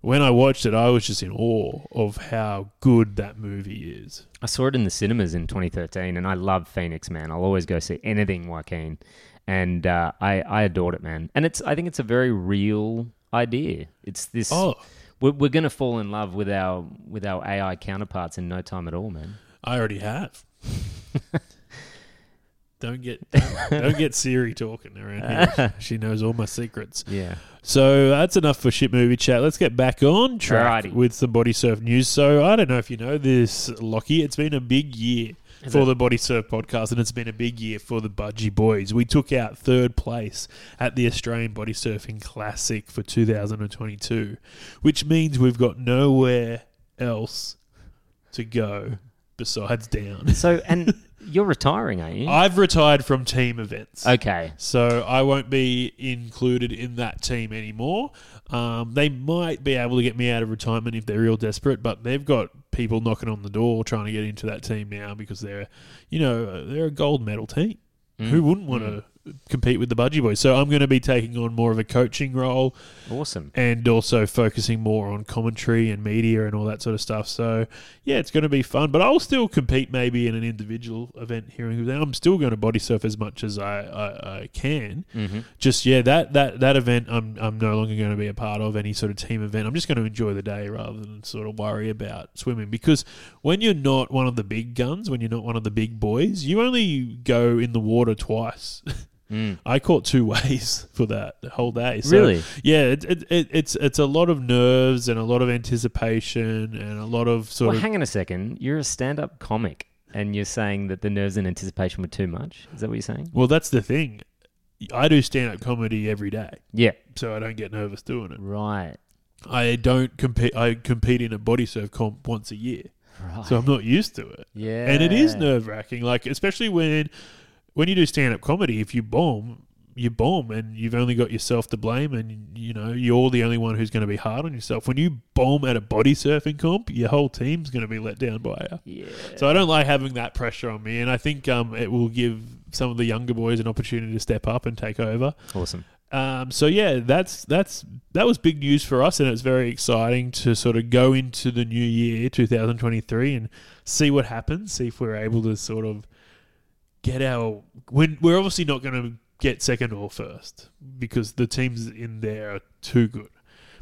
When I watched it, I was just in awe of how good that movie is.
I saw it in the cinemas in 2013, and I love Phoenix, man. I'll always go see anything Joaquin, and uh, I I adored it, man. And it's I think it's a very real idea. It's this.
Oh.
We're, we're gonna fall in love with our with our AI counterparts in no time at all, man.
I already have. Don't get don't, don't get Siri talking around here. She knows all my secrets.
Yeah.
So that's enough for shit movie chat. Let's get back on track
Alrighty.
with some body surf news. So I don't know if you know this, Lockie. It's been a big year
Has
for
it?
the Body Surf podcast, and it's been a big year for the Budgie Boys. We took out third place at the Australian Body Surfing Classic for 2022, which means we've got nowhere else to go besides down.
So, and you're retiring, are you?
I've retired from team events.
okay.
So I won't be included in that team anymore. Um, they might be able to get me out of retirement if they're real desperate, but they've got people knocking on the door trying to get into that team now because they're, you know, they're a gold medal team. Who wouldn't want to compete with the Budgie Boys? So I'm going to be taking on more of a coaching role
Awesome.
and also focusing more on commentary and media and all that sort of stuff. So yeah, it's going to be fun. But I'll still compete maybe in an individual event here. and there. I'm still going to body surf as much as I, I, I can. Just yeah, that that that event I'm I'm no longer going to be a part of any sort of team event. I'm just going to enjoy the day rather than sort of worry about swimming because when you're not one of the big guns, when you're not one of the big boys, you only go in the water twice. I caught two waves for that whole day. So,
Really?
Yeah, it, it, it, it's it's a lot of nerves and a lot of anticipation and a lot of sort
Well,
of.
hang on a second. You're a stand up comic and you're saying that the nerves and anticipation were too much. Is that what you're saying?
Well, that's the thing. I do stand up comedy every day,
Yeah.
so I don't get nervous doing it.
Right.
I don't compete. I compete in a body surf comp once a year,
Right.
so I'm not used to it.
yeah.
and it is nerve wracking. Like especially when when you do stand up comedy, if you bomb, you bomb, and you've only got yourself to blame, and you know you're the only one who's going to be hard on yourself. When you bomb at a body surfing comp, your whole team's going to be let down by you.
Yeah.
So I don't like having that pressure on me, and I think um, it will give some of the younger boys an opportunity to step up and take over.
Awesome.
Um, so yeah, that's that's that was big news for us, and it's very exciting to sort of go into the new year, 2023, and see what happens. See if we're able to sort of get our. When we're obviously not going to get second or first because the teams in there are too good,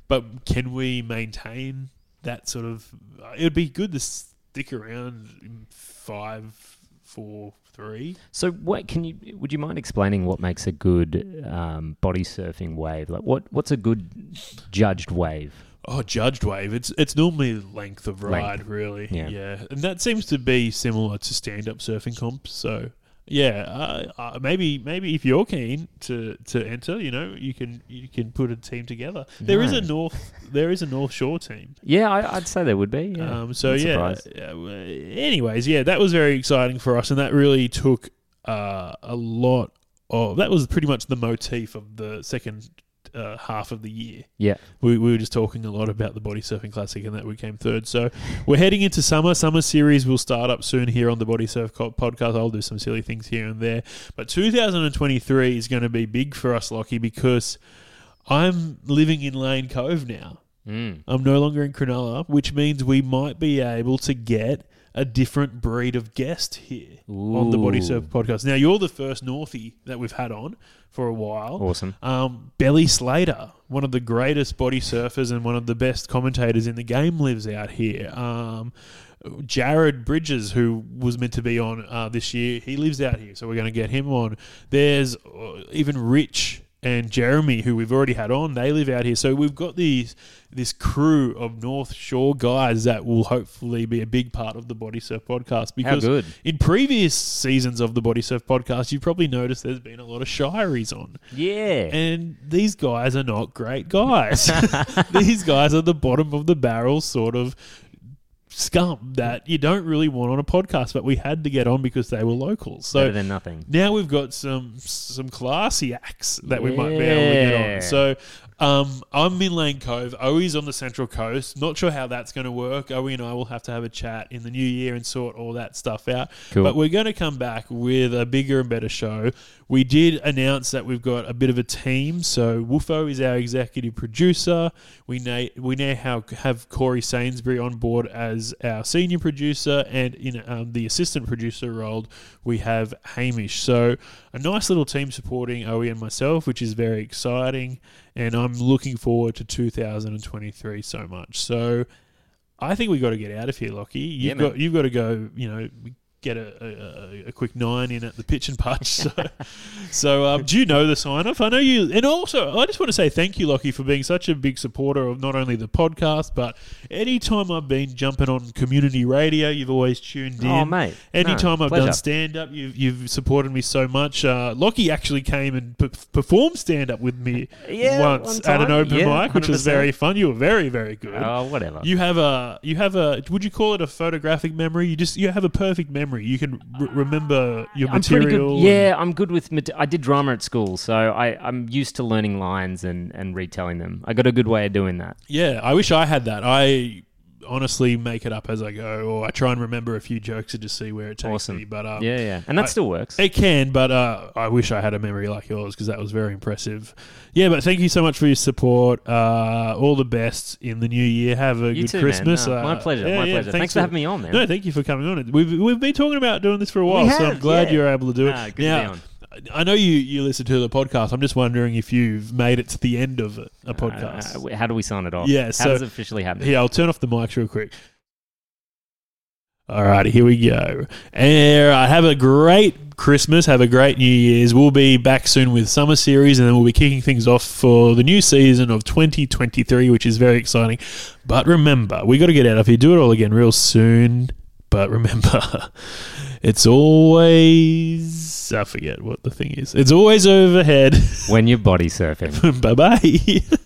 but can we maintain that sort of? It would be good to stick around in five, four, three.
So, what can you? Would you mind explaining what makes a good um, body surfing wave? Like, what what's a good judged wave?
Oh, judged wave. It's it's normally length of ride, really.
Yeah.
and that seems to be similar to stand up surfing comps. So yeah, uh, uh, maybe maybe if you're keen to, to enter, you know, you can you can put a team together. There is a
Nice.
north there is a North Shore team.
Yeah, I, I'd say there would be. Yeah.
Um, so
Not
yeah.
surprised.
yeah, well, Anyways, yeah, that was very exciting for us, and that really took uh, a lot of. That was pretty much the motif of the second uh, half of the year.
yeah.
We, we were just talking a lot about the Body Surfing Classic and that we came third. So we're heading into summer. Summer series will start up soon here on the Body Surf Co- podcast. I'll do some silly things here and there. But 2023 is going to be big for us, Lockie, because I'm living in Lane Cove now.
Mm.
I'm no longer in Cronulla, which means we might be able to get a different breed of guest here on the Body
Ooh.
Surf podcast. Now, you're the first Northie that we've had on for a while.
Awesome.
Um, Belly Slater, one of the greatest body surfers and one of the best commentators in the game, lives out here. Um, Jared Bridges, who was meant to be on uh, this year, he lives out here, so we're going to get him on. There's uh, even Rich and Jeremy, who we've already had on, they live out here, so we've got these this crew of North Shore guys that will hopefully be a big part of the Body Surf podcast. Because
good.
in previous seasons of the Body Surf podcast, you've probably noticed there's been a lot of shiries on.
Yeah.
And these guys are not great guys. these guys are the bottom of the barrel sort of scum that you don't really want on a podcast, but we had to get on because they were locals. So
Better than nothing.
now we've got some some classy acts that we might be able to get
Yeah.
on. So um, I'm in Lane Cove. Owi's on the Central Coast. Not sure how that's going to work. Owie and I will have to have a chat in the new year and sort all that stuff out.
Cool.
But we're going to come back with a bigger and better show. We did announce that we've got a bit of a team. So Woofo is our executive producer. We now we now have, have Corey Sainsbury on board as our senior producer, and in um, the assistant producer role, we have Hamish. So a nice little team supporting Owie and myself, which is very exciting. And I'm looking forward to 2023 so much. So I think we got to get out of here, Lockie. You've
man.
got you've got to go. You know, get a, a, a quick nine in at the pitch and punch. So, so um, do you know the sign off? I know you, and also I just want to say thank you, Lockie, for being such a big supporter of not only the podcast but anytime I've been jumping on community radio, you've always tuned in.
Oh, mate. No,
anytime I've
pleasure.
done stand up, you've you've supported me so much. Uh, Lockie actually came and p- performed stand up with me
Yeah,
once
one
at an
time.
open
Yeah,
mic, which was
100%.
very fun. You were very very good.
Oh, whatever.
You have a you have a would you call it a photographic memory? You just you have a perfect memory. You can r- remember your
I'm pretty
material.
good.
and-
Yeah, I'm good with. Mat- I did drama at school, so I, I'm used to learning lines and, and retelling them. I got a good way of doing that.
yeah. I wish I had that. I honestly make it up as I go, or I try and remember a few jokes and just see where it takes
Awesome.
me. But um,
Yeah, yeah, and that
I-
still works.
It can, but uh, I wish I had a memory like yours because that was very impressive. Yeah, but thank you so much for your support. Uh, all the best in the new year. Have a
You
good
too, man.
Christmas.
No,
Uh,
my pleasure, my pleasure. Thanks for having me on, man.
No, thank you for coming on. We've we've been talking about doing this for a while, so I'm
have,
glad
yeah.
you're able to do it.
Ah, good to
now,
be on.
I know you you listen to the podcast. I'm just wondering if you've made it to the end of a, a
Uh,
podcast.
uh, how do we sign it off?
Yeah,
how
so-
does it officially happen?
Yeah, I'll turn off the mics real quick. All right, here we go. And uh, have a great Christmas. Have a great New Year's. We'll be back soon with summer series, and then we'll be kicking things off for the new season of 2023, which is very exciting. But remember, we got to get out of here. Do it all again real soon. But remember, it's always I forget what the thing is. It's always overhead.
When you're body surfing.
bye bye.